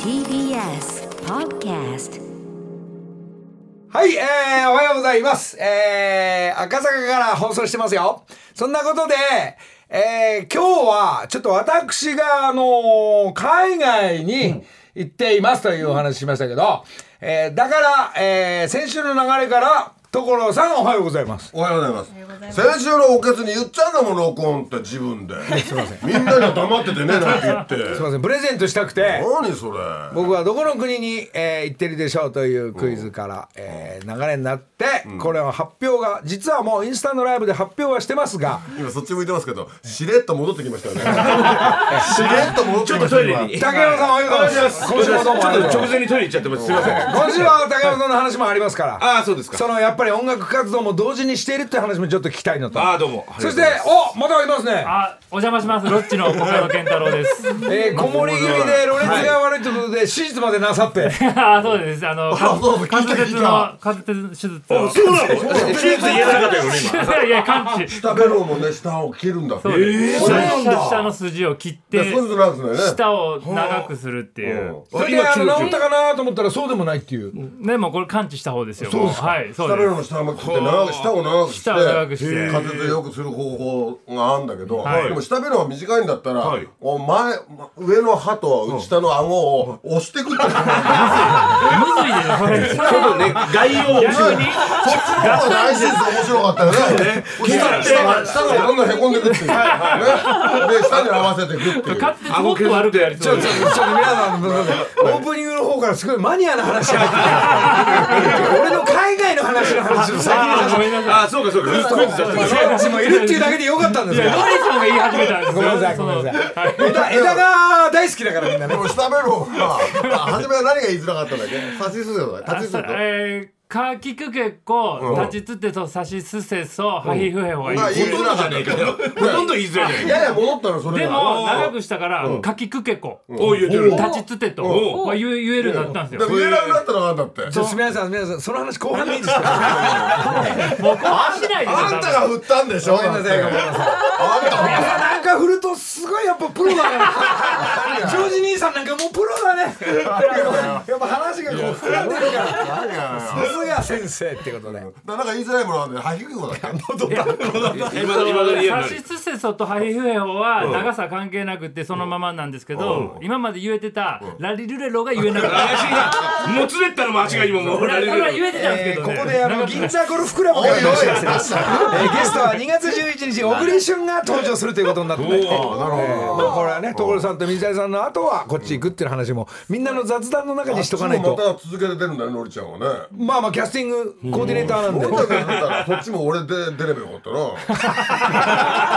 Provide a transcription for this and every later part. TBS Podcast はい、えー、おはようございます。えー、赤坂から放送してますよ。そんなことで、えー、今日は、ちょっと私が、あのー海外に行っていますというお話しましたけど、えー、だから、えー、先週の流れから、所さんおはようございます。おはようございます。先週のおけつに言っちゃうんだもん、録音って自分で。みんなには黙っててね、なんて言って。 すいません、プレゼントしたくて、何それ。僕はどこの国に、えー行ってるでしょうというクイズから、えー流れになって、これは発表が実はもうインスタのライブで発表はしてますが、今そっち向いてますけど、しれっと戻ってきまし たよね。しれっと戻ってきましたよ。今 竹山さんおはようございます。今週もどうもありがとうご直ざいます前にトイレ行っちゃってます。すみません。今週は竹山さんの話もありますから。ああ、そうですか。そのやっぱり音楽活動も同時にしているって話もちょっと聞きたいのと。ああ、どうも。そして、お、またいますね。あ、お邪魔します。ロッチの岡野健太郎です。 えー、こもり気味でろれつが悪いということで、手術までなさ って。あ、そうです。あの、あそうそう聞いた関節聞いたの、関節手術を。そうなの。手 術言えなかったよね、今。いや、完治。下ベロもね、下を切るんだって。そうです。そう下なんだ。下の筋を切っいやてそう、いうことなんですね。舌を長くするっていう。それで、あの、治ったかなと思ったら、そうでもないっていう。ね、もうこれ完治した方ですよ。もうはい、そ下うベでロの下も切って長く、下を長くして。舌を長くして風邪でよくする方法があるんだけど、はいでも下ベロが短いんだったら、はいお前上の歯と下の顎を押してくってことなんだよす。むずいですよ。ち ょっとね、概要を。逆に、そうライセンス面白かったよね。下が下が下がどんどんへこんでくっていう。ねで下に合わせてくっていう。関節もっと悪くやり ちそょうっと、でちょっす。と皆さん、ごめんなさいオープニングの方からすごいマニアな話が入ってきて俺の海外の話の話を先にあさー、せごて。めんなさい。ああ、そうか、そうか。クイズ出しまあ、てサッチもいるっていうだけでよかったんですいや、よ。ノリさんが言い始めたんですよ。 ごめんなさい、ごめんなそのさい。枝、枝が大好きだからみんなねで。も下ベロは、初めは何が言いづらかったんだっけ立ちすせとか立ちすせとさか。えー、かきくけっこ、立ちつてとさしすせそ、はひふへほがいい。まあ言いほとづんらどじかゃねえったかよ。ほとんど言いづらいじゃねえか。やや戻ったのそれでがも長くしたから「かきくけこ」おう、言うてる。 「立ちつてと」おまあ言え言えるようになったんですでよ。も言えなくなったのがあんだって。ちょっと皆さん、皆さん、その話後半でいいですか もう後半しないであんたが振ったんでしょごめんなさい、ごめんなさい。あんたが振ったなんか振るとすごいやっぱプロだね。ジョージ兄さんなんかもうプロだね。やっぱ話がこう膨らんでるから。何がさすが先生ってことで。だからなんか言いづらいものなんで、はひくこだっけ今だ、今だ、言えサないシ。スセソとハヒフエホは長さ関係なくてそのままなんですけど今まで言えてたラリルレロが言えなかった怪しいな。もつれったのも足が今もう。俺らはれる言えてたんですえけどーこねこであの銀座ゴルフクラブからのお知らせです。えーゲストは2月11日小栗旬が登場するということになってね。えーまあこれはね所さんと水谷さんの後はこっち行くっていう話もみんなの雑談の中にしとかないまと。た続けて出るんだね、のりちゃんはね。まあまあキャスティングコーディネーターなん で。俺だけだったらそっちも俺で出ればよかったな。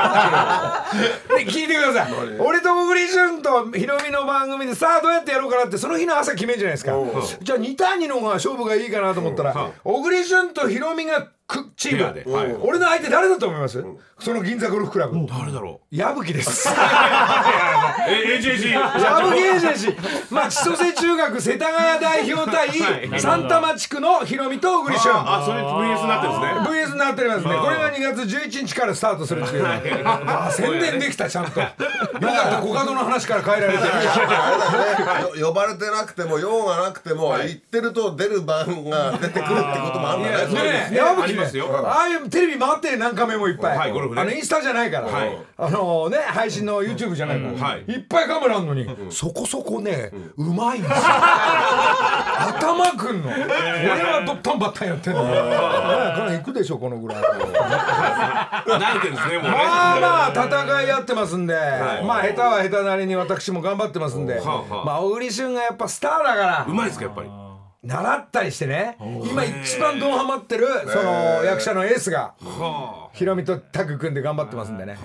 で聞いてください俺と小栗旬とヒロミの番組でさあどうやってやろうかなってその日の朝決めるじゃないですかじゃあ2対2の方が勝負がいいかなと思ったら小栗旬とヒロミがくチームでペアではい俺の相手誰だと思いますその銀座ゴルフクラブ誰だろう。矢吹ですえ、A. J. G.。 矢吹エージェンシーまあ千歳中学世田谷代表対三多摩地区のヒロミと小栗旬あ、それ V. S. になってるんですね。 VS になっておりますねこれが2月11日からスタートするっていうあ宣伝できたちゃん とよかったコカドの話から変えられてあれだね、 よ呼ばれてなくても用がなくても、行ってると出る番が出てくるってこともあるんだね。ねえね山吹ありねますよああいうテレビ回ってる何カメもいっぱい、はいゴルフねあのインスタじゃないから、はいあのね配信の YouTube じゃないから、んはいっぱいカメラあんのに、そこそこね、うまいんです よ頭くんの俺はドッタンバッタンやってんのねこれ行くでしょこのぐらい慣れてるんですね、もうね。まあまあ戦い合ってますんで、まあ下手は下手なりに私も頑張ってますんで、はあはあまあ小栗旬がやっぱスターだからうまいですか、やっぱり。習ったりしてね今一番ドンハマってるその役者のエースがヒロミとタッグ組んで頑張ってますんでね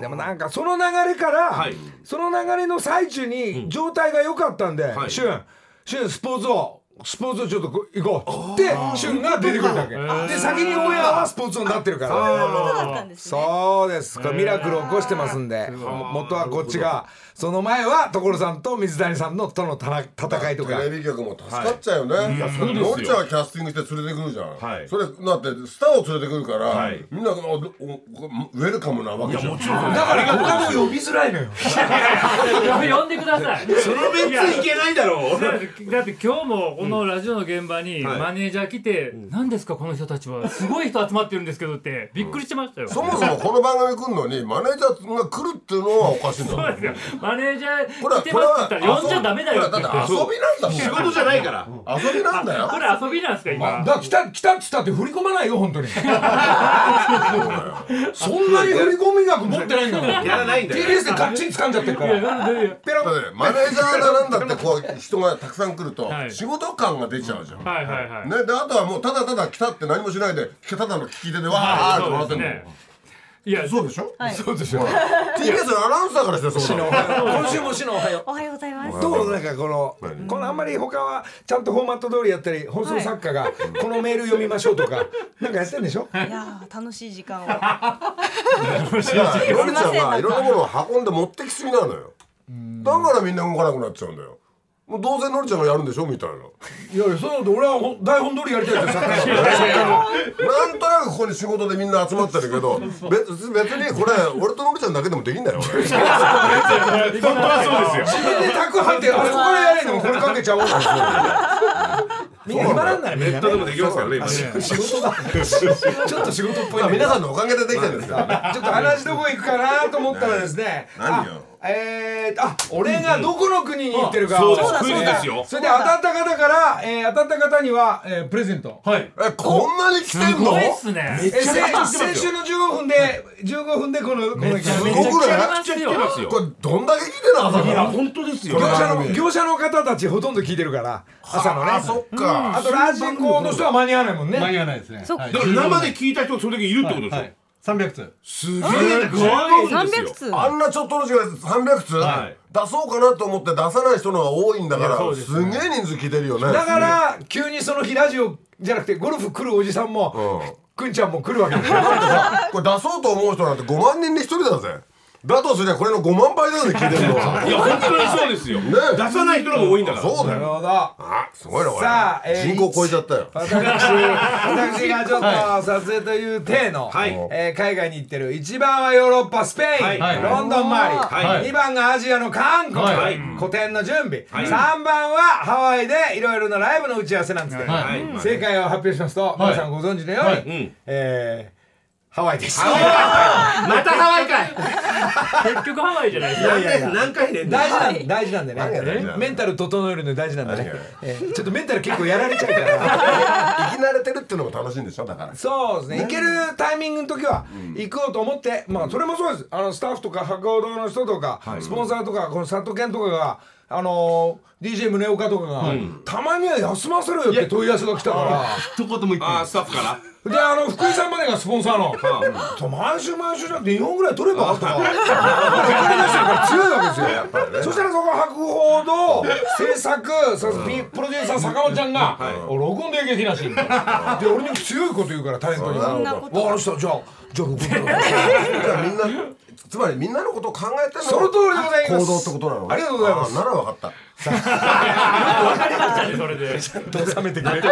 でもなんかその流れからはいその流れの最中に状態が良かったんではい旬旬スポーツ王スポーツをちょっとこ行こうって旬が出てくるだけで先にオンエアはスポーツになってるからそうだったんですね。そうですこれミラクル起こしてますんで元はこっちがその前は所さんと水谷さんのとのたな戦いとかテレビ局も助かっちゃうよね、いいやそうですよどっちはキャスティングして連れてくるじゃん、はいそれだってスターを連れてくるから、はいみんなあおおウェルカムなわけじゃんもちろんだから僕も呼びづらいのよ 呼んでくださいそのメンツいけないだろうだってだって今日もこのラジオの現場にはいマネージャー来て「何ですかこの人たちはすごい人集まってるんですけど」ってびっくりしてましたよ。そもそもこの番組来るのにマネージャーが来るっていうのはおかしいんだそうもんですよマネージャーこれは来てこまれすはって言ったら呼んじゃダメだよってこれ言っはだってて遊びなんだもん仕事じゃないから遊びなんだよこれ遊びなんですかだ今から来た来たっつったって振り込まないよ本 当にそんなに振り込み額持ってないんだもんやらないんだよ TBS でガッチン掴んじゃってるかいやらなんでペラだってマネージャーだなんだってこう人がたくさん来るとはい仕事感が出ちゃうじゃん、はいはいはい、ね、であとはもうただただ来たって何もしないでただの聞き手でわーってもらそっうてでんすの、ねいやそうでしょ、はい。そうでしょ TBS のアナウンサーからしてそうなの今週もしのおはようおはようございます。どうなんかこの、このあんまり他はちゃんとフォーマット通りやったり放送作家がこのメール読みましょうとかなんかやってんでしょいやー楽しい時間を。あいやいろりちゃんはいろんなものを運んで持ってきすぎなのよだからみんな動かなくなっちゃうんだよもうどうせのりちゃんがやるんでしょみたいないやいやそうなんで俺はほん台本通りやりたいですよ作家がなんとなくここに仕事でみんな集まってるけど別別にこれ俺とのりちゃんだけでもできんだよ俺本当はそうですよ自分で宅配ってあれここからやれでもこれかけちゃおうとかするみんな暇なんだよみんネなットでもできますからね今ね仕事だちょっと仕事っぽいんだけど皆さんのおかげでできてるんですからちょっと話どこ行くかなと思ったらですね。何あよえー、あ、俺がどこの国に行ってるか。そうそうだクイズですよそれで当たった方から、えー、当たった方には、えー、プレゼント。はいえこんなに来てすんのごいっすねえー、せ先週の15分で、15分でこの、このちゃめすめちごくゃくちゃな来います来てますよこれどんだけ来てるの朝かいやら本当ですよ業者の、この番組業者の方たちほとんど聞いてるから、朝のね。あそっかあとラジコの人は間に合わないもんね。間に合わないですね。そっかはいだから生で聞いた人がそれだけいるってことでしょ、はい。三百通。すげえご三百通。あんなちょっとの時間で300通はい出そうかなと思って出さない人の方が多いんだかいやそらうですすげえ人数来てるよねだから、急にその日ラジオじゃなくて、ゴルフ来るおじさんも、うんくんちゃんも来るわけでしょ。これ出そうと思う人なんて5万人に1人だぜだとすりゃこれの5万倍だぜ聞いてるの いはや本当にそうですよ、出さない人の方が多いんだからそうだなるよほど。あすごいなこれさあえー人口超えちゃったよ私私がちょっと撮影という体の、はいえー海外に行ってる1番はヨーロッパスペイン、はいロンドン周り、はい2番がアジアの韓国、はい個展の準備、はい3番はハワイでいろいろなライブの打ち合わせなんですけど、はいはい正解を発表しますと、皆さんご存知のように、はいうんえーハワイです。またハワイかい結局ハワイじゃないですか何回何回で 大事なん大事なんでね、何が大事なのメンタル整えるの大事なんでね何が、えーちょっとメンタル結構やられちゃうから。生き慣れてるってのも楽しいんでしょだからそうですね行けるタイミングの時は行こうと思って、まあそれもそうですあのスタッフとか博報堂の人とか、スポンサーとかこの佐藤健とかが。あのー、DJ 宗岡とかが、たまには休ませろよって問い合わせが来たか一言も言ってあなーいス。タッフかららであの福井さんまでがスポンサーのと毎週毎週じゃなくて2本ぐらい取ればと か分かりましたから強いわけですよやっぱりねそしたらそこ白報堂制作そしてプロデューサー坂本ちゃんが「お録音で劇なし」みたいなで俺に強いこと言うからタレントに。そんなこわかりと。ましたじゃあじゃあ僕だからみんなつまりみんなのことを考えてのその通りでございます行動ってことなのねありがとうございますあなら分かったそれで収めてくれて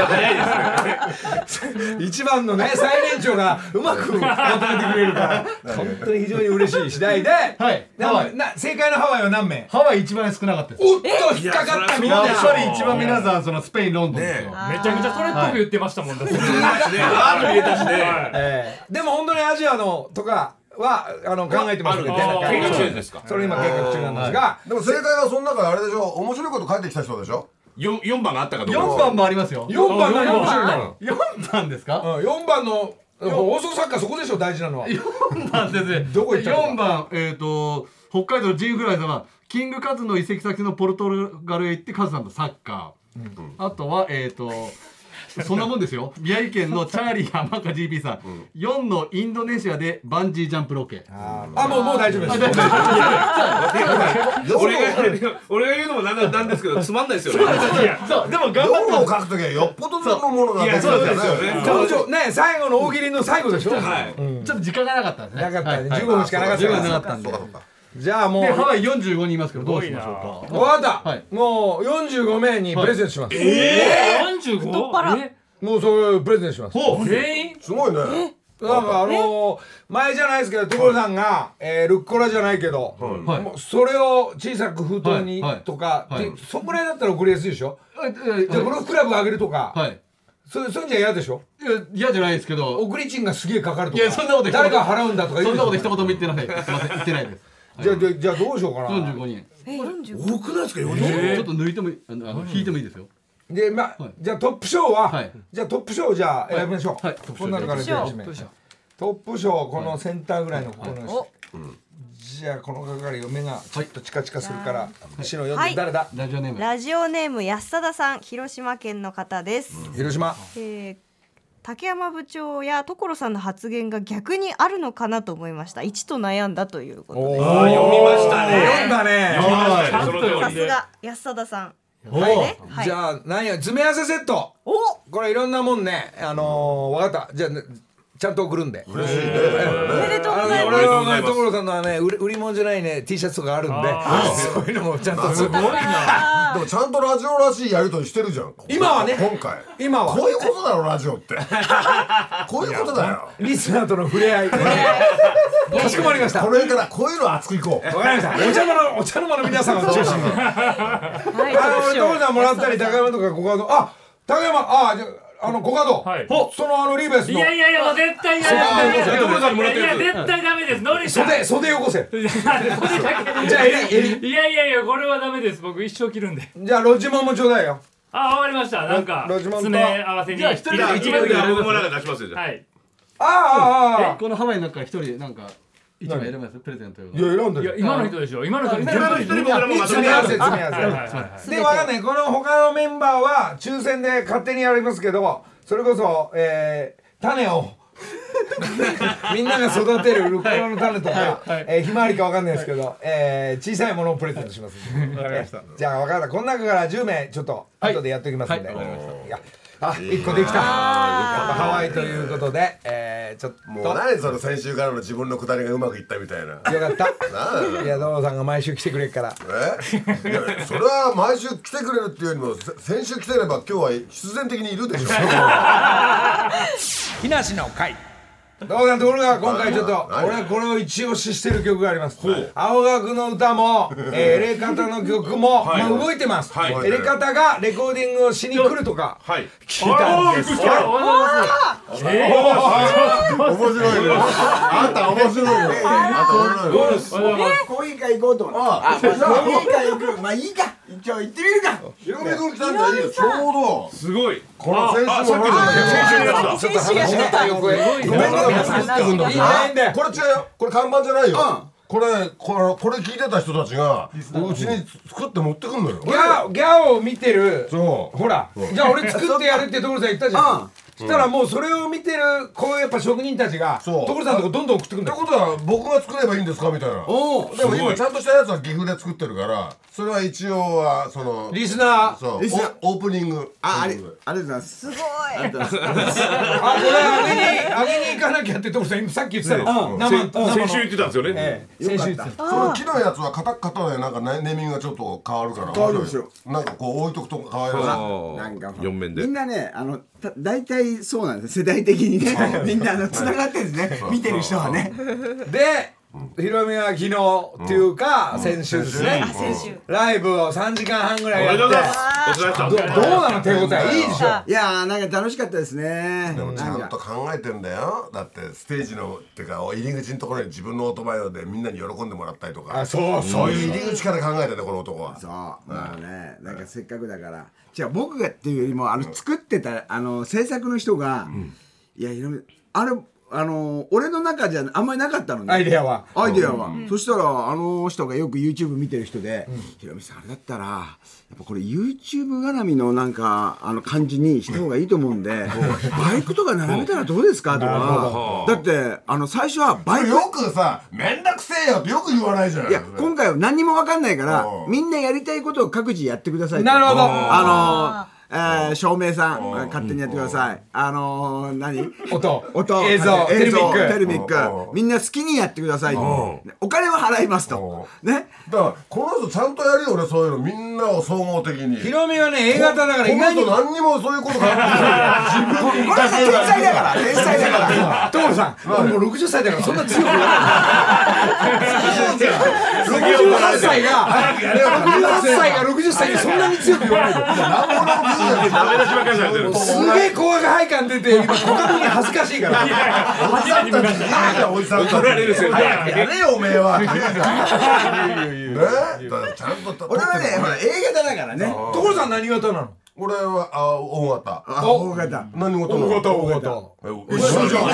一番のね最年長がうまくまとめてくれるから本当に非常に嬉しい次第で、はいなハワイな正解のハワイは何名ハワイ一番少なかったです。おっと引っかかったみんなやっぱり一番皆さんそのスペインロンドンですよ。めちゃくちゃそれっぽく言ってましたもんだってあー入れたしねええでも本当にアジアのとかはあの考えてますのであ展る覧会計画中ですかそれ今計画中なんですがでも正解はその中であれでしょ面白いこと書いてきた人でしょ四四番があったかどうか四番もありますよ。 4番何面白いの四番ですか？うん4番の放送作家そこでしょ大事なのは四番ですね。どこ行ったの四番えっ、と北海道のジンフライ様キングカズの移籍先のポルトガルへ行ってカズさんとサッカー。あとはえっ、と。そんなもんで すよ宮城県のチャーリー浜川 GP さん、四4のインドネシアでバンジージャンプロケあもうもう大丈夫です。もう大丈夫です俺が俺が言うのもなんだなんですけどつまんないですよね。いやそうでも頑張っ4を書くときはよっぽどのものが出てるんじゃないよね登場ね最後の大喜利の最後でしょ。はい。ちょっと時間がなかったんですねなかったねはい15分しかなかった15分なかったんそでうかそうかじゃあもうでハワイ45人いますけどどうしましょうかわかった、はいもう45名にプレゼントします、て45えもうそれプレゼントしますほう全員すごいねなんかあのー前じゃないですけど所さんが、えールッコラじゃないけど、はいもうそれを小さく封筒にはいはいとか、はいでそんぐらいだったら送りやすいでしょ、ええじゃあゴルフクラブあげるとか、はいそそんじゃ嫌でしょいや嫌じゃないですけど送り賃がすげえかかるといかやそんなこと誰が払うんだとかそ言うんでなしょこと一言も言ってないすいません言ってないですじゃあじゃあじゃあどうしようかな45人え、四十。多くないですか四人。ちょっと抜いてもいいあのあの引いてもいいですよで、まあはいじゃあトップ賞は、はいじゃあトップ賞をじゃあ選びましょう、はいトップ賞こんなのからトッ1プ賞名トップ賞このセンターぐらいのここの、じゃあこの係を目がちょっとチカチカするから、後ろ読んで、はい誰だラジオネームラジオネーム安貞さん、広島県の方です。広島えー竹山部長や所さんの発言が逆にあるのかなと思いました。一と悩んだということで。あ読みました読ね。んだねはいちゃんと読んさだすが安貞さん。おはいねうはいじゃあ何や詰め合わせセットお、これいろんなもんねあのー、分かったじゃあねちゃんと送るんで嬉しいねおめでとうあごのねざいま俺す。のね所さんのはね売り売り物じゃないね T シャツとかあるんあでそういうのもちゃんとすごいなでもちゃんとラジオらしいやりとりしてるじゃん今はね今回今はこういうことだろラジオってこういうことだよリスナーとの触れ合い。かしこまりました。こわれからこういうの熱くいこかうりました。お茶の間の、お茶の間の皆様を中心に。あはい、の、俺、所さんもらったり、高山とか、小川と、あ、高山、あ、じゃあ、あの、小川とはい、ほその、あの、リーベスいの。やいやいやもう絶対やらないそう所さんにもらったいややいつや絶対ダメですノリさん袖、袖よこせ。いやこれだけじゃあ、えり、えり。いやいやいやこれはダメです僕一生着るんでじゃあ、ロジモンもちょうだいよ。あ終わりましたなんかロジモンと詰め合わせにじゃあ一人でじゃあ一枚番では僕もなんか出しますよじゃあ。いああ、ああ、あこのハワイの中から一人なんか一枚選べますプレゼントあ。用いや、選んでいやる。今の人でしょ今の人今の一人もこれもまと詰めめ合わせ、て。詰めは合いはいわはいせ。で、わかんない。この他のメンバーは、抽選で勝手にやりますけど、それこそ、えー、種を。 みんなが育てるルッコラの種とか、えーひまわりかわかんないですけど、えー小さいものをプレゼントします。わかりました。じゃあ、わかった。この中から10名、ちょっと、後でやっておきますんで。はいはいわかいやあ、1個できた。ハワイということで、えーちょっもうと。何その先週からの自分のくだりがうまくいったみたいなよかった。いや、道路さんが毎週来てくれるから。えいやそれは毎週来てくれるっていうよりもせ先週来てれば今日は必然的にいるでしょ木梨の会どうなんところが今回ちょっとはい俺はこれを一押ししてる曲があります青学の歌 も、えー、エレカタの曲も、はいもう動いてます、はいエレカタがレコーディングをしに来るとかはい。聞いたんですおはようございます面白いねあんた面白いねあんた面白いねコーヒー会行こうと思ってあコーヒー会行くまあいいか一応行ってみるかヒロミ君来たんだいいよちょうどすごい。この先週も先週のやつだ。ちょっと話がった横へいいごめんなさい作ってくんだんだよこれ違うよこれ看板じゃないよ、これこれこれ聞いてた人たちがうちに作って持ってくんのよギャオギャオを見てるそうほらじゃあ俺作ってやるって所さん言ったじゃんそしたらもうそれを見てるこうやっぱ職人たちがそう所さんのとこどんどん送ってくんっだてよことは僕が作ればいいんですかみたいなでも今ちゃんとしたやつは岐阜で作ってるからそれは一応はそのリスナーそうリスナーオオープニングああれりありがとうございますすごい。 あ、これあげに、あげに行かなきゃってとこさ、今さっき言ってたの。生と、生先の週言ってたんですよね。ええ先週言ってた。その木のやつはカタカタでなんかねネーミングがちょっと変わるから変わるんですよなんかこう置いとくとかわいあらーなんか四面でみん。なねあのた大体そうなんです世代的にねみんなあの繋がってるんですね見てる人はねで、ひろみは昨日っていうか、先週ですね。あ、先週。ライブを三時間半ぐらいおやめでっとうてございます。お疲れ様どでどうした。なの手応え、いいでしょ。あいやーなんか楽しかったですねいでもちゃなんんとか考えてんだよだってステージのってか入り口のところに自分のオートバイでみんなに喜んでもらったりとかあ、そうそそうう。いう入り口から考えてねこの男はそうもうねなんかせっかくだからじゃあ僕がっていうよりもあの作ってたあの制作の人がいやいろいろあれあの俺の中じゃあんまりなかったのねアイデアはアイデアは、そしたらあの人がよく YouTube 見てる人で、ひろみさんあれだったらやっぱこれ YouTube 絡みのなんかあの感じにした方がいいと思うんでバイクとか並べたらどうですかとかだってあの最初はバイクよくさめんどくせえよってよく言わないじゃないいや今回は何にも分かんないからうんみんなやりたいことを各自やってくださいとなるほどあのーえー照明さん勝手にやってくださいあのー何音音映像はいテレミックテレミッうんクみんな好きにやってくださいお金は払いますとねだからこの人ちゃんとやるよ俺そういうのみんなを総合的にヒロミはね A 型だからこ意の外に人何にもそういうこと考えてない自分にこれは天才だから天才だから 所さん、俺もう60歳だからそんな強くない。68歳が、68歳が60歳にそんなに強く言わないで。ダメ出しばっかりじゃん全部すげえ高額配感出て、今、股間に恥ずかしいから。おじさんたちいいじゃんおじさんたち怒られる早くやれよおめえはって言うじゃんねだからちゃんとと俺はねほら A 型だからね所さん何型なの俺はあ大型あ O 型何事も大型。え一緒じゃんいや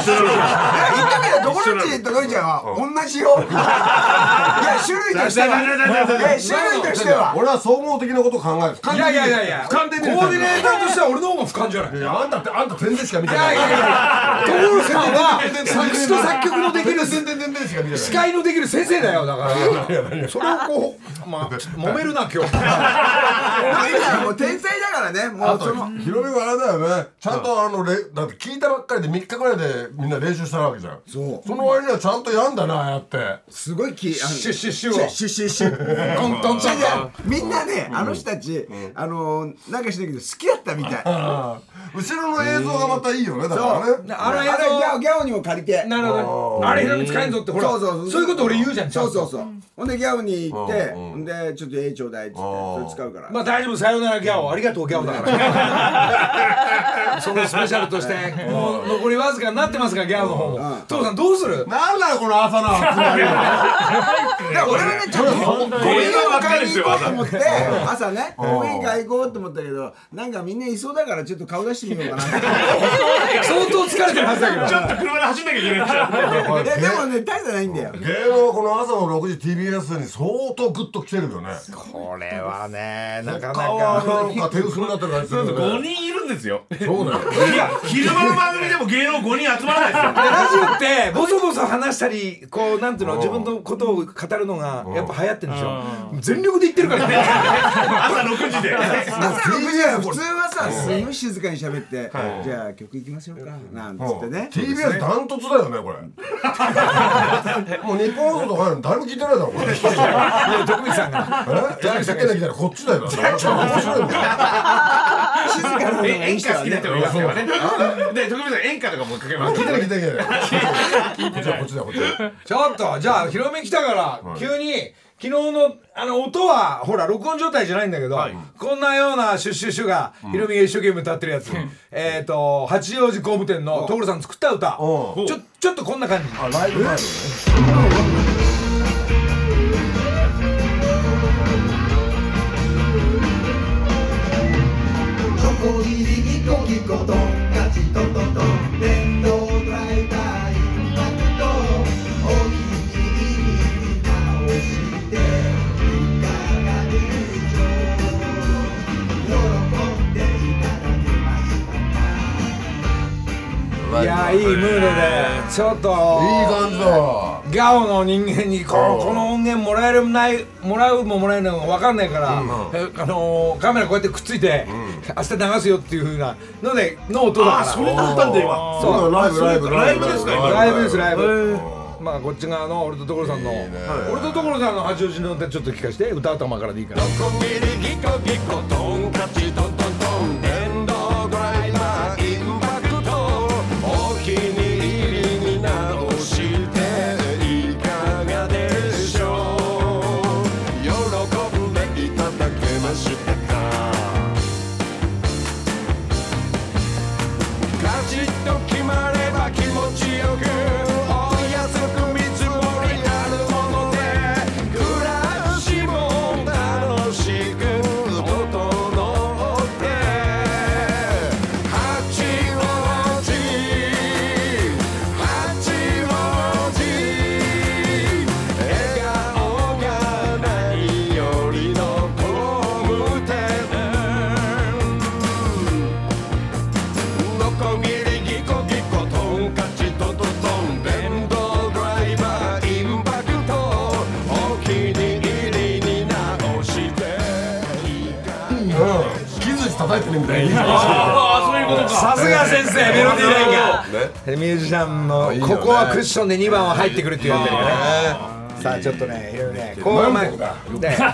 言ったけど所っちとこいちゃんは同じよいや種類としてはいや種類としては俺は総合的なことを考えるいやいやいやいや、俯瞰で見るコーディネーターとしては俺の方が俯瞰じゃない。いやあんたってあんた全然しか見ていやないいやいや、所さんは作詞と作曲のできる全然全然しか見てない司会のできる先生だよだからそれをこうまあ揉めるな今日なんだもう天才だからねもあうそのとヒロミはあれだよねちゃんとあのれだって聞いたばっかりで3日ぐらいでみんな練習したわけじゃんそうその割にはちゃんとやんだなああやってすごいきあのシュッシュッシュシュをッシュッシュッシュトントントンいやみんなねあの人たちあのなんかしないけど好きだったみたい後ろの映像がまたいいよねだからねあの映あれギャオ像ギャオにも借りてなるほどあれひらめ使えんぞってほらそうそうそうそういうこと俺言うじゃんちゃんそとうそうそうほんでギャオに行ってうんほんでちょっと A ちょうだいっつってそれ使うからまあ大丈夫さようならギャオありがとうギャオだからそのスペシャルとしてもう残りわずかになってますからギャオの方も父さんどうするなんだよこの朝の集まりだから俺はねちょっと講演会に行こうと思って朝ね講演会行こうと思ったけどなんかみんないそうだからちょっと顔出してみようか な相当疲れてるはずだけどちょっと車で走んなきゃいけないんですよいやでもね大差ないんだよ芸能はこの朝の6時 TBS に相当グッと来てるよねこれはねなかな顔はかなんか手薄になってる感じするよ5ね人いるんですよそうだよ昼間の番組でも芸能5人集まらないでラジオってボソボソ話したりこうなんていうの自分のことを語るのがやっぱ流行ってるんですよ全力で言ってるからねすよ朝6時で朝6時は普通はさすごい静かに喋ってじゃあ曲いきましょうかなんつってね TBS ダントツだよねこれもう日本放送とか入るの誰も聞いてないだろこれ徳光さんがえ誰か聞いてない聞いてないこっちだよな面白いんだよ静かなのがい演い人歌好はきなね人もいますからねで徳光さん演歌とかもかけあま聞すいてない聞いてない聞いてないこっちだこっちだこっちだちょっとじゃあ広め来たから急に昨日のあの音はほら録音状態じゃないんだけど、こんなようなシュッシュッシュがヒロミが一生懸命歌ってるやつ、えっ、と八王子工務店の所さん作った歌ちょおちょっとこんな感じあライブ前のねいやーいいムードでちょっといい感じだガオの人間にこうんこの音源もらえるもないもらうももらえないも分かんないから、えあのーカメラこうやってくっついて、明日流すよっていうふうなのでの音だからだったんだ今そうそうだライブライブライブですか今ライブですライブ、うんまあこっち側の俺と所さんの、いいね俺と所さんの八王子の歌ちょっと聞かせて歌頭からでいいから「暮らしも楽しく」「音木槌叩いてるみたいに。ね。ああ、そういうことか。さすが先生メロディーラインがミュージシャンのいいよねここはクッションで2番は入ってくるって言われてるよねさあちょっとねいろいろねこう前だねヒ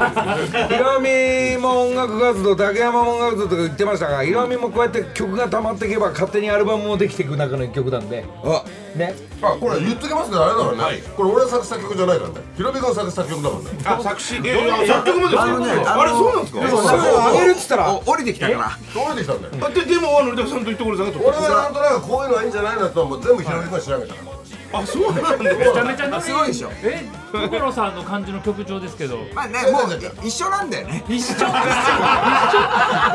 ロミも音楽活動竹山も音楽活動とか言ってましたがヒロミもこうやって曲が溜まっていけば勝手にアルバムもできていく中の一曲なんであ、ねあこれ言っときますけどあれだからね。これ俺が作詞作曲じゃないからね。ひろみ君作詞作曲だもんね。あ、作詞。えー、作曲もですか。あれ、そうなんですか。それを上げるっつったらお降りてきたからどうできたんだよ。あで、でも、あの、リタさんと言ってこれさんと。俺はなんとなくこういうのはいいんじゃないのともう全部ひろみ君が調べたから。あ、そうなんだ。めちゃめちゃすごいでしょえ所さんの感じの曲調ですけどまあねもう一緒なんだよね一緒一緒ど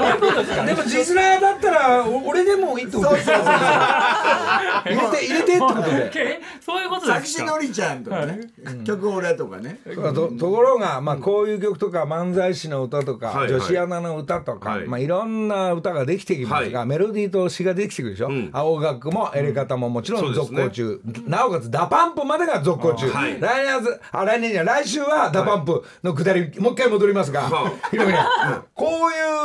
ういうことですかでもジスラーだったらお俺でもいいってことですよ入れて入れてってことでえそういうことで作す詞かのりちゃんとかね曲俺とかねとところが、まあ、こういう曲とか漫才師の歌とか、はいはい女子アナの歌とか、はいいまあ、いろんな歌ができてきますが、はメロディーと詩ができてくるでしょ、ん青学もエレカタももちろそうんです続ね行中、なおかつダパンプまでが続行中、あーはい来年はあ来年じゃない来週はダパンプの下り、もう一回戻りますが、はいひろみねこうい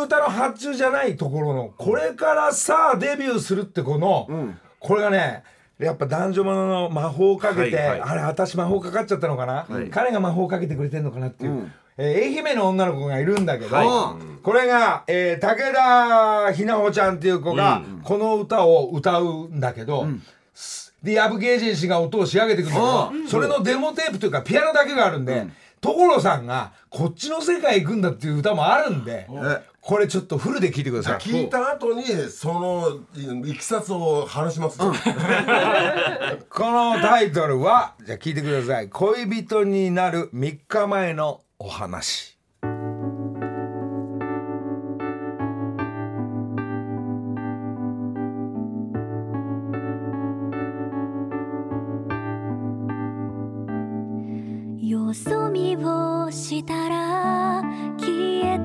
う歌の発注じゃないところのこれからさあデビューするってこの、これがねやっぱ男女ものの魔法をかけて、はいはいあれ私魔法かかっちゃったのかな、彼が魔法かけてくれてんのかなっていう、えー愛媛の女の子がいるんだけど、これが、えー武田ひなほちゃんっていう子がこの歌を歌うんだけど、すでヤブゲージェン氏が音を仕上げてくるんだけどそれのデモテープというかピアノだけがあるんで、所さんがこっちの世界行くんだっていう歌もあるんで、これちょっとフルで聴いてください。聞いた後にそのいきさつを話します。このタイトルはじゃあ聞いてください恋人になる3日前のお話よそ見をしたら消え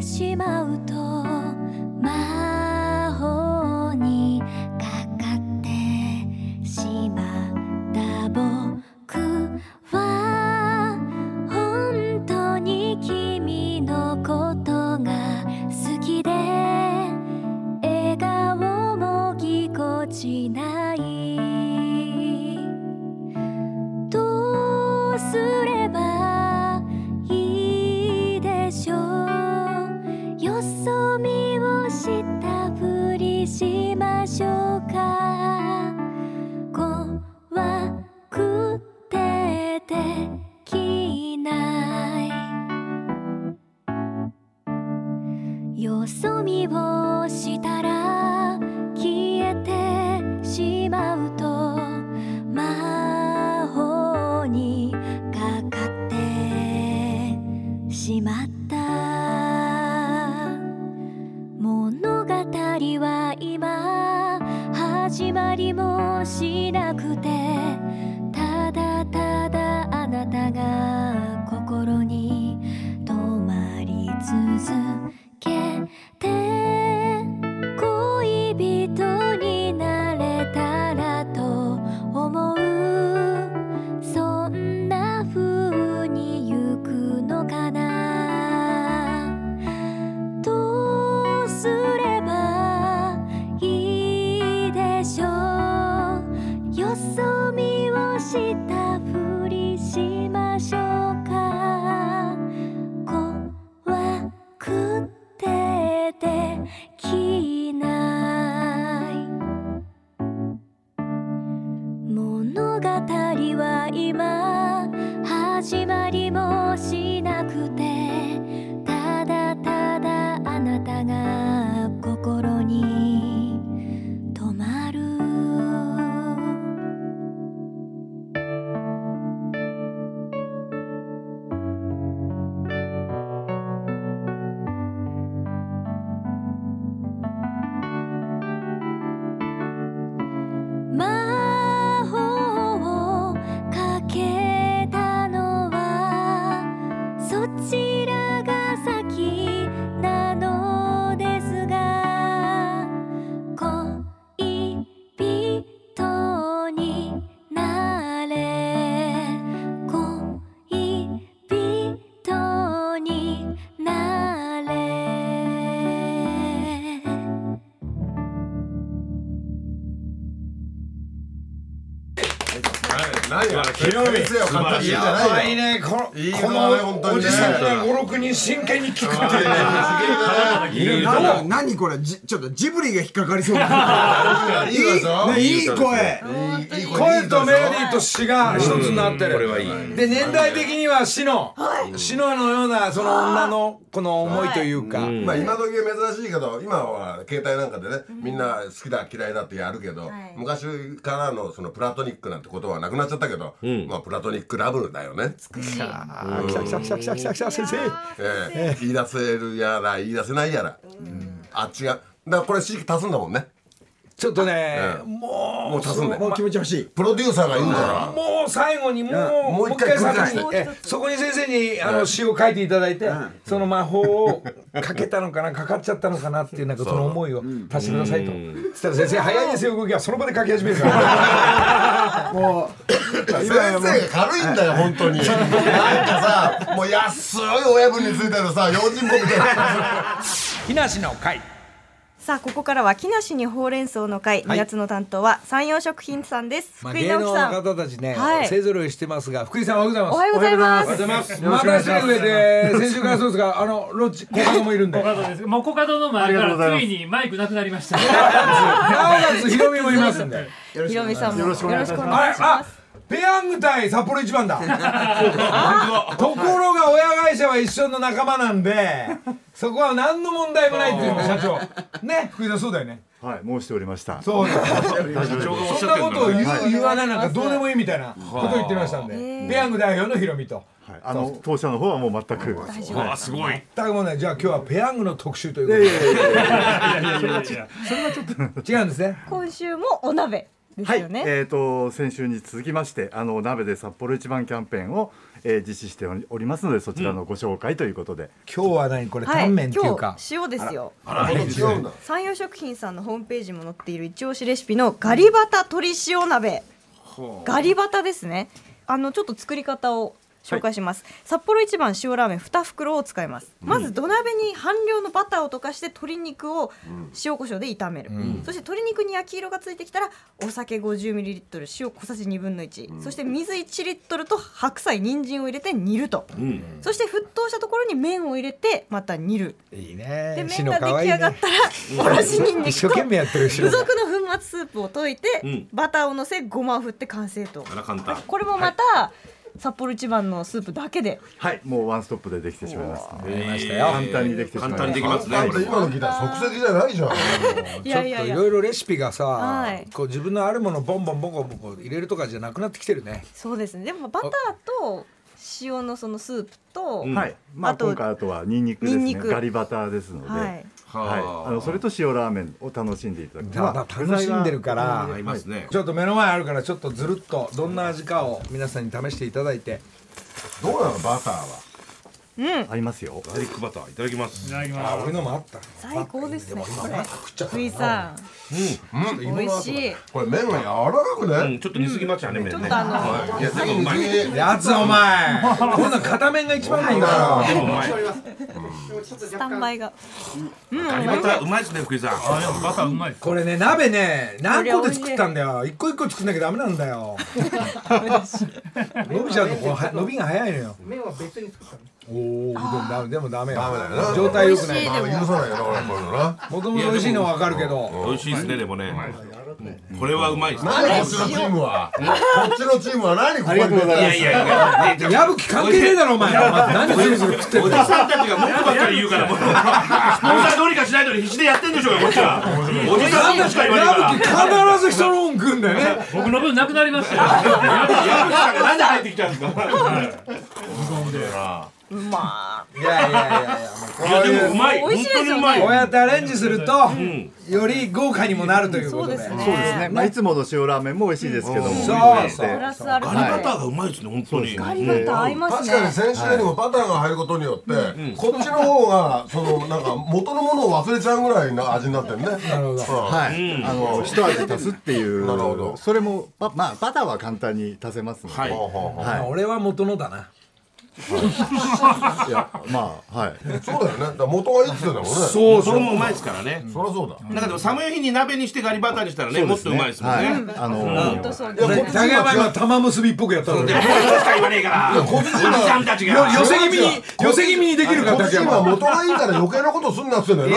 てしまうと魔法にかかってしまった僕は本当に君のことが好きで笑顔もぎこちないどうすればいいでしょうよそ見をしたふりしましょうか怖くてできないよそ見をしたら消えてしまうと魔法にかかってしまった物語は今始まりもしなくてただただあなたが心に止まり続けて恋人になれたらと思うそんな風に行くのかなどうすればいいでしょうよそ見をしたふりしましょうか怖くてできない物語は今始まりもしなくてただただあなたが心に止まるあ何やひろみ先生を語っていいんじゃないやよばいねこのいいなこあれ本当のにおねじさんが56人真剣に聞くっていうねなんだ何これじちょっとジブリが引っかかりそうないい声でしょねいい声いい声とメロディーとし詩が一つになってる、これはいいで年代的には詩の詩ののようなその女のこの思いというか、まあ今時は珍しいけど今は携帯なんかでねみんな好きだ嫌いだってやるけはど、い昔からのそのプラトニックなんて言葉はなくなっちゃったけど、まあプラトニックラブだよね、あー来た来た来た来た来た来た先生ええ言い出せるやら言い出せないやら、あっちがだからこれ地域足すんだもんねちょっとね、えもうもう足すんだよもう気持ち欲しいプロデューサーがいるんだから、もう最後にもう,、んももうう一一回回先もうにえ一回そこに先生にあの詩を書いていただいて、その魔法をかけたのかなかかっちゃったのかなっていうなんかその思いを足してくださいと、そしたら先生早いですよ動きはその場で書き始めるからもう先生が軽いんだよ本当になんかさもう安い親分についてるさ用心棒みたい な木梨の会さあここからは木梨にほうれん草の会、は2い月の担当は山陽食品さんです、まあ、福井芸直樹能さのん方たちね、はい勢ぞろいしてますが福井さんおはようございますおはようございますおはようございますまた一人増えて先週からそうですがあのロッチ小門も いるんでコカなドです。もうコカドの前かありがとうございらまつすいにマイクなくなりました。おかつヒロミもいますんでひろみさんもよろしくお願いしますあれあペヤング対札幌一番だところが親会社は一緒の仲間なんでそこは何の問題もないっていうの社長ね福井さんそうだよねはい申しておりましたそうだ長官おっしそんゃっなてんこだとを言う、い言わないなんかどうでもいいみたいなことを言ってましたんで、ペヤング代表のヒロミとはいあの当社の方はもう全く大丈夫あすごい全くもないじゃあ今日はペヤングの特集ということで違うんですね今週もお鍋ですはい、よね、えっ、と先週に続きましてあの鍋で札幌一番キャンペーンを、えー実施しておりおりますのでそちらのご紹介ということで、今日は何これはタい、ン今メンっていうか、日塩ですよ違うんだ山陽食品さんのホームページにも載っている一押しレシピのガリバタ鶏塩鍋ガリバタですねあのちょっと作り方を紹介します、札幌一番塩ラーメン2袋を使います、まず土鍋に半量のバターを溶かして鶏肉を塩コショウで炒める、そして鶏肉に焼き色がついてきたらお酒 50ml 塩小さじ1分の1、そして水1リットルと白菜人参を入れて煮ると、そして沸騰したところに麺を入れてまた煮るいいねで麺篠が出可愛来い上がっねたらおろしにんにくと一生懸命やってる付篠属の粉末スープを溶いて、バターをのせごまを振って完成とあら簡単これもまた、札幌一番のスープだけではいもうワンストップでできてしまいますのでりましたよ簡単にできてしまい簡ます単にできますねあんこたれ今の聞いたら即席じゃないじゃんいちやょっといやいいやろいろレシピがさ、はいこう自分のあるものボンボンボンボンボンボン入れるとかじゃなくなってきてるね。そうですねでもバターと塩のそのスープと、はい、 まあ、あと今回あとはニンニクですねニンニクガリバターですので、ははいいあのそれと塩ラーメンを楽しんでいただくただ楽しんでるから合いますねちょっと目の前あるからちょっとずるっとどんな味かを皆さんに試していただいてどうなのバターはありますよガーリックバターいただきますあ俺のもあった最高ですねこれちゃった福井さん、美味しいこれ麺が柔らかくうねんちょっと煮すぎましたね麺ねちょっとあの、いやでもうまいねやつお前こんなん片面が一番なんだよあうまいスタンバイがガリバターうまいですね福井さんバターうまいです。これね鍋ね何個で作ったんだよ一個一個作んなきゃダメなんだよ伸びちゃうとこうは伸びが早いのよ麺は別に作ったのおおでもダメでもダメよダメだよな状態良くない美味しいまあ許さないよなこれこういうのなもともと美味しいのはわかるけど美味しいですねでもねこれはうまいですね何こっちのチームはこっちのチームは何ここに出てるいやいやいやね矢吹関係ねえだろお前お前何ズルズル食っておじんだよさんたちが文句ばっかり言うからもうスポンサーどうにかしないのに必死でやってんでしょうよこっちはおじさんたちしか言わないから矢吹必ず人の恩食うんだよね僕の分なくなりましたよ。矢吹さんがなんで入ってきたんですかうまいやいやいやいやいやでもうまい美味し本い当ですにうよねまいこうやってアレンジするとより豪華にもなるということでそうですねそうですね、まあ、いつもの塩ラーメンも美味しいですけども、そうそうプラスアルフガァリバターがうまいですね本当にガリバター合います確かねに先週よりもバターが入ることによって、こっちの方がそのなんか元のものを忘れちゃうぐらいの味になってるねなるほど、うんはい、あの一味足すっていうなるほどそれも、ままあ、バターは簡単に足せますので、はいほうほうほうはい俺は元のだないやまあはいそうだよねだから元がいいって言ってたもんねそうそれもうまいですからねそりゃそうだなんかでも寒い日に鍋にしてガリバターにしたらねそうもっですとねうまいですもんねはいうんあのうん本当そういやこっちが今玉結びっぽくやったのにでもこっちしか言わねえからおじさんたちがよ寄せ気味に寄せ気味にできるかこっ竹ち山は元がいいから余計なことすんなっつってんだよな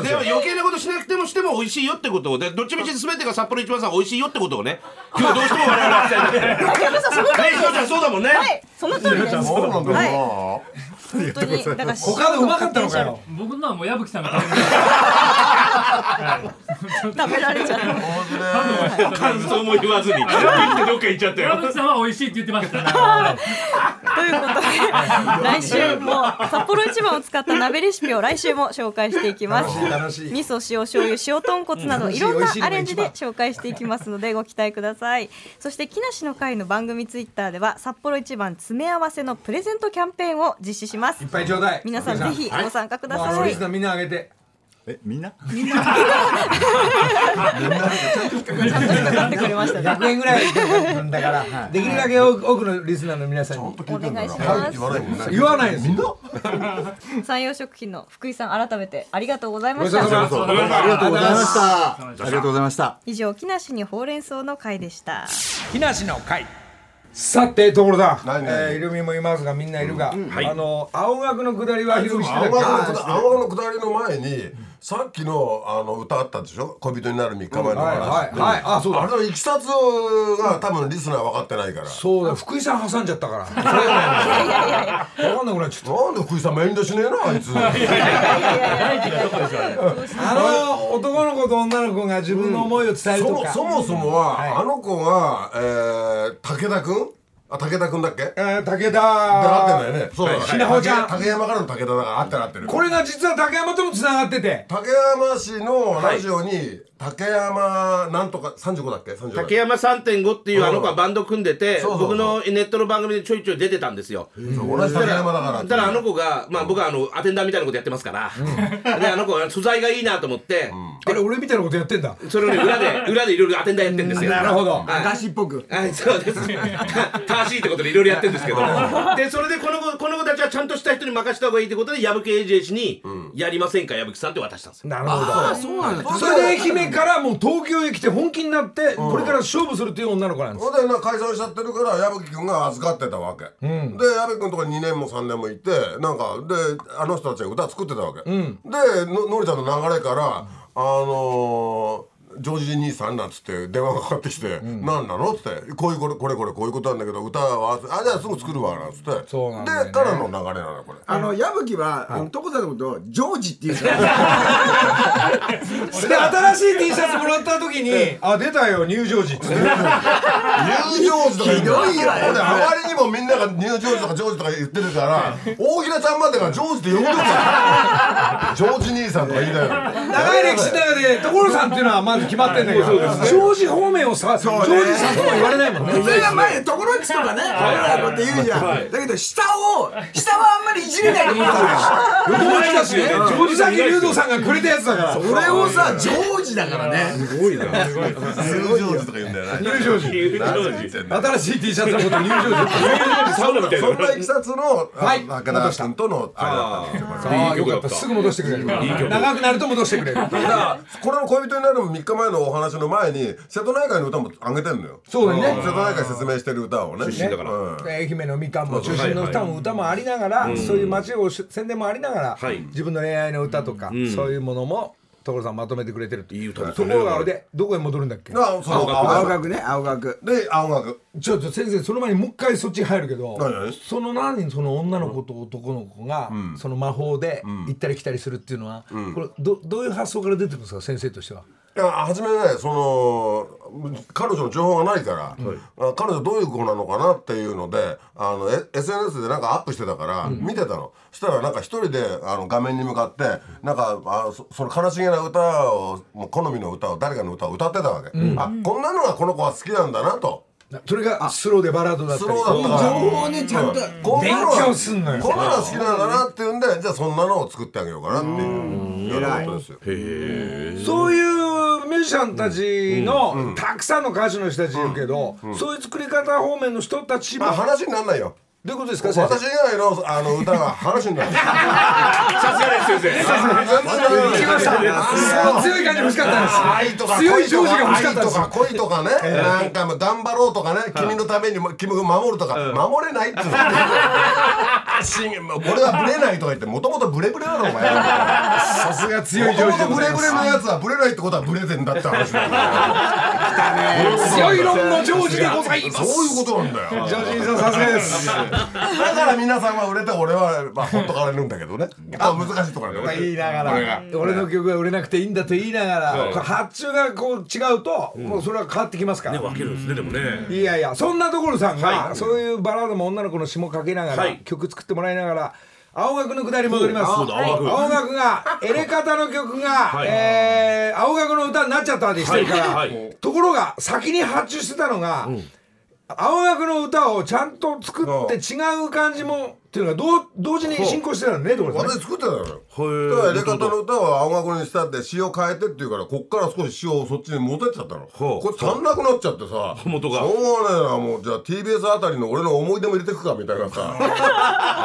ででも余計なことしなくてもしても美味しいよってことをでどっちみち全てが札幌一番さん美味しいよってことをね今日どうしても我々は伝えたくて竹山さんその通りねひろちゃんそうだもんねはいその通りですそうなんだよな、本当にだから他のうまかったのかよ僕のはもう矢吹さんが食べ食べられちゃった感想も言わずにどっか行っちゃっるた矢よ吹さんは美味しいって言ってましたからということで来週も札幌一番を使った鍋レシピを来週も紹介していきます楽しい味噌塩醤油塩豚骨などいろんなアレンジで紹介していきますのでご期待くださいそして木梨の会の番組ツイッターでは札幌一番詰め合わせのプレゼントキャンペーンを実施しますいっぱいちょうだい皆さんぜひご参加くだもうさリいスナーみんなあげてえみんなちゃんと引っかかってくれましたね100円ぐらいなんだから、できるだけ多く多くのリスナーの皆さんにお願いしはいっまてす言わないもんね言わないですよ山陽食品の福井さん改めてありがとうございまごしちそうたさまありがとうございましたありがとうございました以上木梨にほうれん草の会でした木梨の会さてところだ、え何々ー、ヒロミもいますがみんないるが、あの青学の下りはヒロミしてた青っ学のけくだ青学の下りの前にさっきのあの歌あったでしょ恋人になる3日前のはい話はいはいあそうだあれのいきさつが多分リスナー分かってないからそうだ福井さん挟んじゃったから分かんなくなっちゃったなんで福井さん遠慮しねえな あいつあの男の子と女の子が自分の思いを伝えるそともか、そもそもはあの子がえー武田君あ武田君だっけでえー武田会ってないねそうだひなほちゃん竹竹山からの武田だから会ってる会ってるこれが実は竹山ともつながってて竹山市のラジオに竹山なんとか35だっけ35だっ竹け山3.5っていうあの子はバンド組んでてそうそうそう僕のネットの番組でちょいちょい出てたんですよそう同じ竹山だからってただあの子が、まあ、僕はあのアテンダーみたいなことやってますから、であの子は素材がいいなと思って、あれ俺みたいなことやってんだそれをね裏 で裏でいろいろアテンダーやってんですよ。なるほどはい私っぽくはい、そう です。た正しいってことでいろいろやってるんですけど。 で、それでこの子、この子たちはちゃんとした人に任せた方がいいってことで、矢吹エージェン氏に、やりませんか、矢吹さんって渡したんですよ。なるほどそうなんだそれで愛媛からもう東京へ来て本気になってこれから勝負するっていう女の子なんですそれでな解散しちゃってるから矢吹君が預かってたわけ、で矢吹君とか2年も3年もいてなんかであの人たちが歌作ってたわけ、でののりちゃんの流れから「あのージョージ兄さん」なんつって電話がかかってきて「何なの?」っつって「こういうこれこれこれこういうことなんだけど歌はあじゃあすぐ作るわ」なんつってそうなんだよねでからの流れなのよこれ。あの矢吹はあの所さんのことをジョージって言うから で新しい T シャツもらった時に「あ出たよ入場時」って入場時とか言うんだよひどいわよ俺あまりにもみんなが入場時とかジョージとか言ってるから大平ちゃんまでがジョージって呼んでるからジョージ兄さんとか言いたいの長い歴史の中で所さんっていうのはまず決まってんだけどジョージ方面をさジョねージさんとは言われないもんね普通は前ところちとかね俺らのこと言うじゃんだけど下を下はあんまりいじれないと思ってたのよ横文字だしね藤崎竜道さんがくれたやつだからそれをさジョージだからねすごいな入場時とか言うんだよね入場時新しい T シャツのこと入場時サウナみたいなそんないきさつのはい中田君とのあれだったんですよああよかったすぐ戻してくれる長くなると戻してくれるこれだからこれの恋人になる3日前のお話の前に瀬戸内海の歌も上げてんのよそうだね瀬戸内海説明してる歌をね出身だからうん愛媛のみかんも中心の歌も歌もありながら、そういう街を宣伝もありながら、はい自分の恋愛の歌とか、そういうものも所さんまとめてくれてるといい歌ですとよこねろがあれでどこへ戻るんだっけあそう青青学学ね青学で青学ちょっと先生その前にもう一回そっち入るけど何々その何その女の子と男の子が、その魔法で行ったり来たりするっていうのは、これどどういう発想から出てくるんですか先生としては。いや初めねその彼女の情報がないから、あ彼女どういう子なのかなっていうのであのえ SNS でなんかアップしてたから見てたの、そしたらなんか一人であの画面に向かってなんかあそその悲しげな歌をもう好みの歌を誰かの歌を歌ってたわけ、あこんなのがこの子は好きなんだなと。それがスローでバラードだっスたロりーだったから情報をねちゃんとうんこんなの勉が強すんのよこんなのが好きなんだなっていうんでじゃあそんなのを作ってあげようかなっていうようなことですよ。そういうミュージシャンたちのたくさんの歌手の人たちいるけど、そういう作り方方面の人たちもまあ話にならないよ。どういうことですか先私以生外のあの歌が話になる。さすがです先生行きましたあー強い感じ欲しかった愛ですとか強い恋ジョとージがか欲しかっ愛たでとすか恋とかね、なんかもう頑張ろうとかね、君のためにも君を守るとか、守れないっつうの。信玄もう俺はブレないとか言って、もともとブレブレなのお前。もさすが強いジとョーもジでございまとブレブすレのやつはブレないってことはブレてんだって話だよ。強い論のジョージでございますそういうことなんだよ。ジョージさんさすがですだから皆さんは売れて俺はまあほっとかれるんだけどね。あ難しいところだよね。言いながら俺の曲が売れなくていいんだと言いながらこれ発注がこう違うともうそれは変わってきますから分けるんですねでもねいやいやそんな所さんはがそういうバラードも女の子の詞もかけながはらい曲作ってもらいながら青学のくだり戻りますおそうだ青学青学がエレカタの曲がいえー青学の歌になっちゃったりしてるかはらいはいところが先に発注してたのが青学の歌をちゃんと作って違う感じもっていうのが同同時に進行してたのね所さんね私作ってたのよ。だからエレカタの歌を青学にしたって詞を変えてっていうからこっから少し詞をそっちに持てっちゃったのほこうれ足んなくなっちゃってさ元がしょうがねえなもうじゃあ TBS あたりの俺の思い出も入れてくかみたいなさ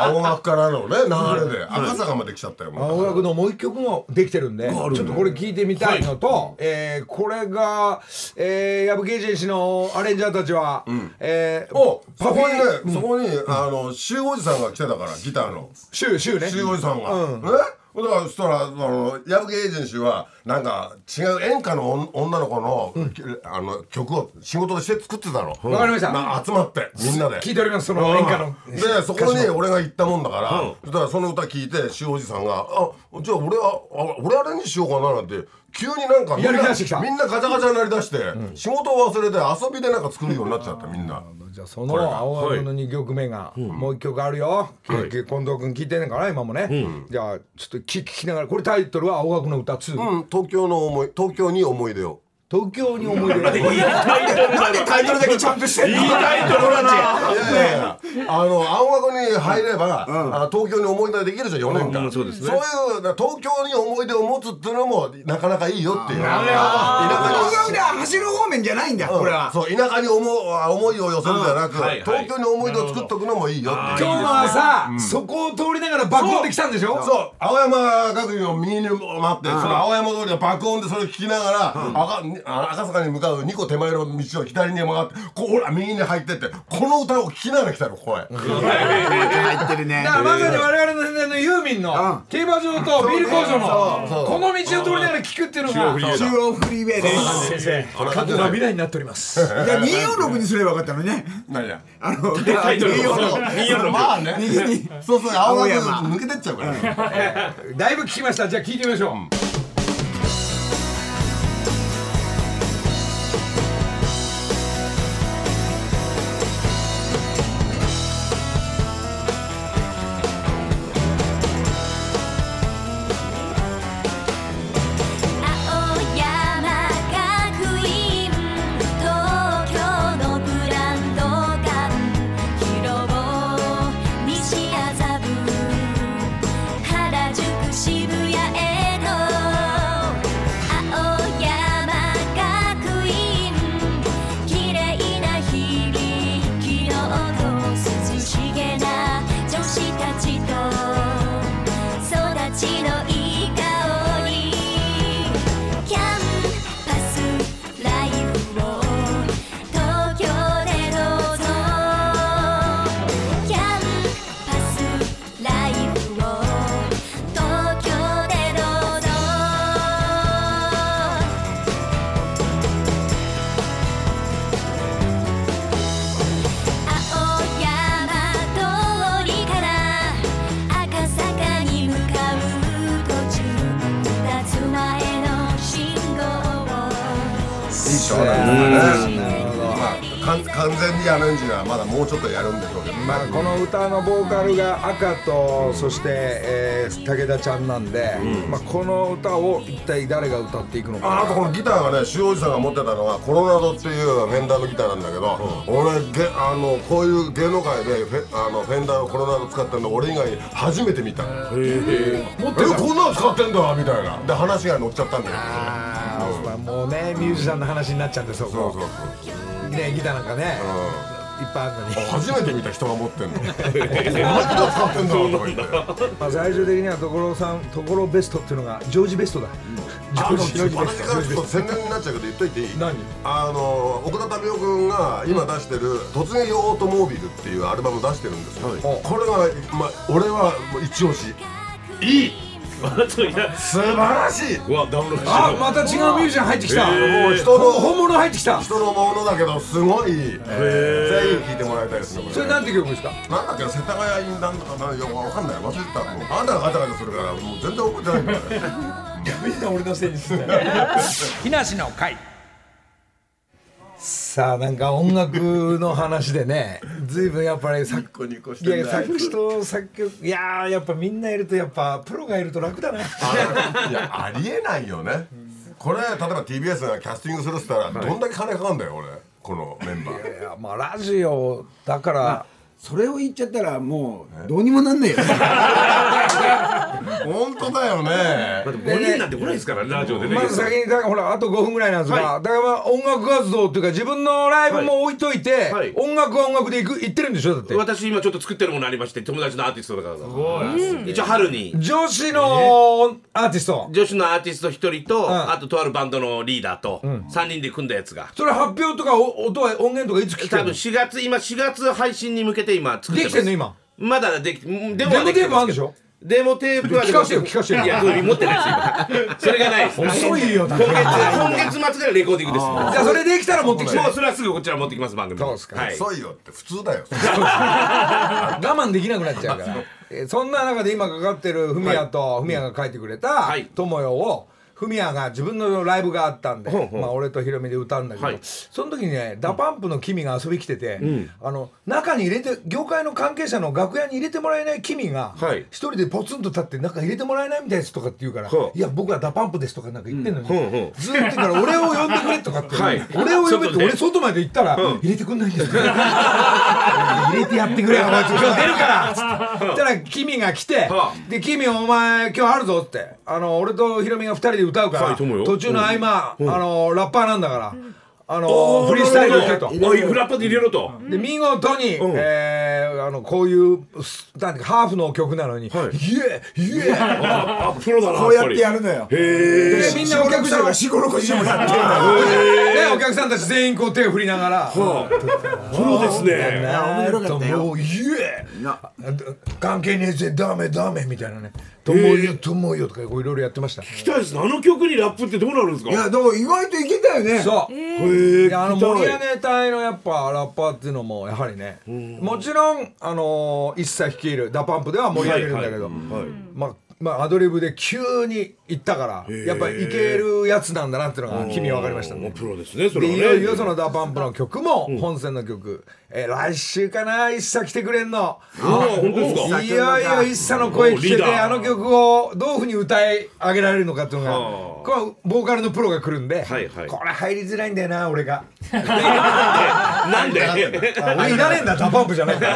青学からのね流れで赤坂まで来ちゃったよもう青学のもう一曲もできてるんで、ちょっとこれ聞いてみたいのと、えーこれが、えー、矢吹エージェンシーのアレンジャーたちは、えー、おそこにねパフィ、そこにあの周おじさんが来てたからギターのシュー、シューね。周おじさんが、うんねだからそしたらあの矢吹エージェンシーはなんか違う演歌の女女の子の,、あの曲を仕事として作ってたのわかりましたな集まってみんなで聞いております、その演歌の。でそこに俺が行ったもんだから、そしたらその歌聞いて塩おじさんが「あじゃあ俺はあ俺あれにしようかな」なんて急になんかみんなやる気出してきたみんなガチャガチャになりだして、仕事を忘れて遊びでなんか作るようになっちゃったみんな。じゃあその青学の2曲目が、もう1曲あるよ、結構近藤君聞いてんのかな今もね、じゃあちょっと聞聞きながらこれタイトルは「青学の歌2」うん、東京の思い東京に思い出を東京に思い出がいいタイトルだねタイトルだけちゃんとしていいタイトルだないやいやいやあの青学に入れば、あ東京に思い出できるじゃん4年間、うんそうですねいうだから東京に思い出を持つっていうのもなかなかいいよっていう田舎に青学では走る方面じゃないんだ、これは。そう田舎に思うあ思いを寄せるんじゃなく、うんはいはい東京に思い出を作っとくのもいいよっていう今日の朝、そこを通りながら爆音できたんでしょそう青山学院を右に回って、その青山通りの爆音でそれを聞きながら、赤にあ赤坂に向かう2個手前の道を左に曲がってこうほら右に入ってってこの歌を聴きながら来たのこれ、入ってるねだ。からまさに我々の世代のユーミンの競馬場とビール工場のこの道を通りながら聞くっていうのが中央フリーウェイです。先生過去が未来になっておりますじゃあ246にすればよかったのね。何やあの、タイトル246まあね右に。そうそう青青山山抜けてっちゃうから、ね、 だいぶ聞きましたじゃあ聞いてみましょう青山学院東京のブランド館広尾西麻布原宿渋谷へと青山学院綺麗な響きの音涼しげな女子たちと育ちのいい顔にキャンパスライフを東京でどうぞキャンパスライフを東京でどうぞ青山通りから赤坂に向かう途中二つ前の信いい号しょうがないですねをまあかん完全にアレンジはまだもうちょっとやるんでしょうけど、ままあこの歌のボーカルが赤とそしてえー武田ちゃんなんでまあこの歌を一体誰が歌っていくのああとこかのギターがね塩おじさんが持ってたのはコロナドっていうフェンダーのギターなんだけど、俺げあのこういう芸能界でフェあのフェンダーのコロナド使ってるの俺以外初めて見たえ持ってたこんなの使ってんだみたいなで話が乗っちゃったんだよあーもうねミュージシャンの話になっちゃってそそうこそうそうねギターなんかねっぱいあるのに初めて見た人が持ってんの こんな機能使ってんだとか言ってまあ最終的には所さん所ベストっていうのがジョージベストだ、ジョあーのジジョージベ私スからちょっとト宣伝になっちゃうけど言っといていいあの奥田民生君が今出してる「突撃オートモービル」っていうアルバム出してるんですけど、これは、まあ、俺はもう一押しいい 素晴らしいうわダウンロードあまた違うミュージシャン入ってきた、もう人のほ本物入ってきた人のものだけどすごいぜひ聴いてもらいたいですねこれそれなんて曲ですかなんだっけ世田谷インなんとかなんよくわかんない忘れてたもうあんたがガタガタするからもう全然覚えてないんだからねみんな俺のせいにすん 木梨の会さあなんか音楽の話でね 随分やっぱり作こにこしいや作詞と作曲いやーやっぱみんないるとやっぱプロがいると楽だなあいやありえないよねこれ例えば TBS がキャスティングするっつったらどんだけ金かかんだよ俺このメンバーいや まあラジオだから、それを言っちゃったらもうどうにもなんねえよ 本当だよね5人なんて来ないですからラジオでねまず先にだからほらあと5分ぐらいなんですが、だからまあ音楽活動っていうか自分のライブも置いといて、はい音楽は音楽でいく行ってるんでしょだって私今ちょっと作ってるものありまして友達のアーティストだからうん一応春に女子のアーティスト女子のアーティスト一人と、んあととあるバンドのリーダーと、三人で組んだやつがそれ発表とかお音は音源とかいつ聞く多の分4月今4月配信に向けて今作ってでまきすてんの今まだできうんデモデはモできテてープあまするでけしどょデモテープは聞かせてよ聞かせてよいや持ってないです今それがないです今遅いよだってじ月今月末でレコーディングですゃあそれできたら持ってきてもうそれはすぐこちら持ってきます番組そうですかはい、遅いよって普通だよ我慢できなくなっちゃうからえーそんな中で今かかってるフミヤとフミヤが書いてくれたはい「友よ」をフミヤが自分のライブがあったんで、ほうほうまあ、俺とヒロミで歌うんだけど、はいその時にねダパンプの君が遊び来てて、あの中に入れて業界の関係者の楽屋に入れてもらえない君が一、はい人でポツンと立って中入れてもらえないみたいですとかって言うから「ほういや僕はダパンプです」とかなんか言ってんのに、うんうんずっと言ってから俺を呼んでくれとかって、はい俺を呼べって外で俺外まで行ったら、入れてくんないんですよ 入れてやってくれよお 前今日出るからつってそしたら君が来ては「で君お前今日あるぞ」ってあの俺とヒロミが二人で歌うかはらい友よ途中の合間あのラッパーなんだからあのフリースタイルだと。おいフラッパで入れろとで見事に、えーあのこういうすなんていうかハーフの曲なのに「イエーイエー あプロだなこうやってやるのよでみんなお客さんが四五六時もやってるね、お客さんたち全員こう手を振りながら「プロですね面白かったよもう「イエーな関係ねえぜダメダメ」みたいなね「ともよともよ」とかこういろいろやってました聞きたいですねあの曲にラップってどうなるんですかいやでも意外といけたよねそう、へえであの盛り上げ隊のやっぱラッパーっていうのもやはりねもちろんあのー一切率いるダパンプでは盛り上げるんだけど、まあまあアドリブで急に行ったからやっぱいけるやつなんだなっていうのが君は分かりましたねもうプロですねそれではいねよいよそのダパンプの曲も本戦の曲、えー来週かな一茶来てくれんのあ本当ですかいよいよ一茶の声聞けリーてダーあの曲をどういうふうに歌い上げられるのかっていうのがこうボーカルのプロが来るんで、はいはいこれ入りづらいんだよな俺がなんで俺いらねえんだダパンプじゃないから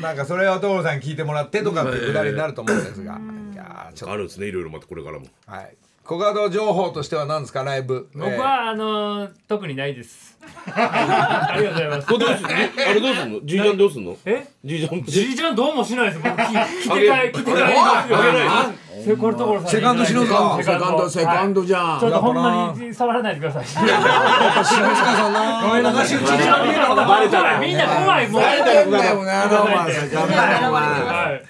なんかそれは所さん聞いてもらってとかってくだりになると思うんですが、いやーちょっあるんですねいろいろまたこれからもとはい小川戸情報としては何ですかライブ僕はあのー特にないですありがとうございますこれどうすんのあれどうすんのじいちゃんどうすんのえじいちゃんじいちゃんどうもしないです僕き着て帰着て帰りますよあげないあセコルところさんセカンドしろぞセセカンドはいセカンドじゃちょっんとほんまに触らないでくださいやっぱ篠塚さんな流し打みちでんなバレたらみんな怖いもうやってんだよなお前セカンドだよお前は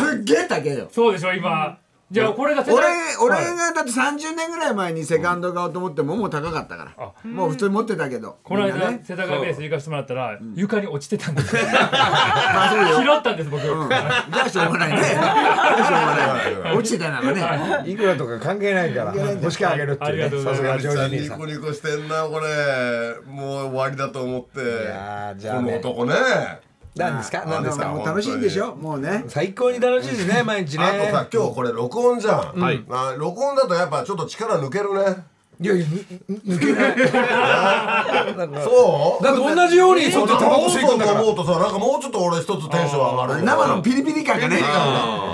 いすっげえ高えよそうでしょ今じゃあこれが世俺代俺がだって30年ぐらい前にセカンド買おうと思ってももう高かったからもう普通に持ってたけどこのみんな間ね世田谷ベース行かせてもらったら床に落ちてたん ですよ拾ったんです僕じゃあしょうがないねじゃあしょうがない落ちてたならねいくらとか関係ないから星木あげるっていあうりがとねうござさすいがまジョさーんジ兄ニさんコニコしてんなこれもう終わりだと思ってやーじゃあねこの男ね何ですか何ですあかのもう楽しいんでしょもうね最高に楽しいですね毎日ねあとさ今日これ録音じゃん、まあ、録音だとやっぱちょっと力抜けるねいやいやぬぬ抜けないそうだって同じようにそそううやってタバコ吸い込んだから思うとさなんかもうちょっと俺一つテンション上がる生のピリピリ感がね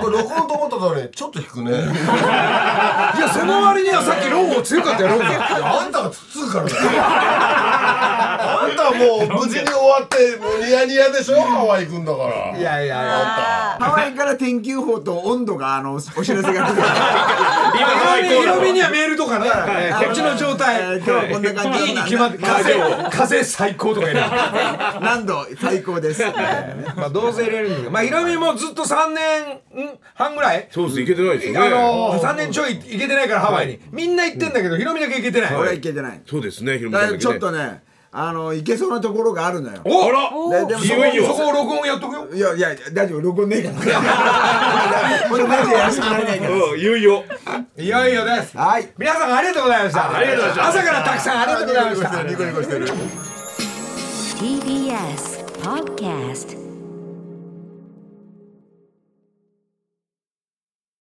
これ録音と思ったのにちょっと引くねいやその割にはさっきローン強かったよローンがあんたがつっつうからだよあんたもう無事に終わってもうニヤニヤでしょハワイ行くんだからいやいやいやハワイから天気予報と温度があのお知らせが来る。ヒロミにはメールとかね、こっちの状態、今日はこんな感じいいに決まって、風、風最高とか言う 何度最高です。まあ、同性レールに、まあ、ヒロミもずっと3年ん半ぐらい、そうです、いけてないですよね。あのー、3年ちょい行けてないから、ハワイに。みんな行ってんだけど、ヒロミだけ行けてない。俺は行けてない。そうですね、ひろみださかんらだけちょっね。とね、あの行けそうなところがあるのよ。おあででもら、そいこよいよ。そこを録音やっとくよ。いやいや大丈夫録音ねえか ら。これマジで安くなれないから。うん、いよいよ。いよいよです。はい。皆さんありがとうございました。ありがとうございました朝からたくさんありがとうございました。ニコニコしてる TBS Podcast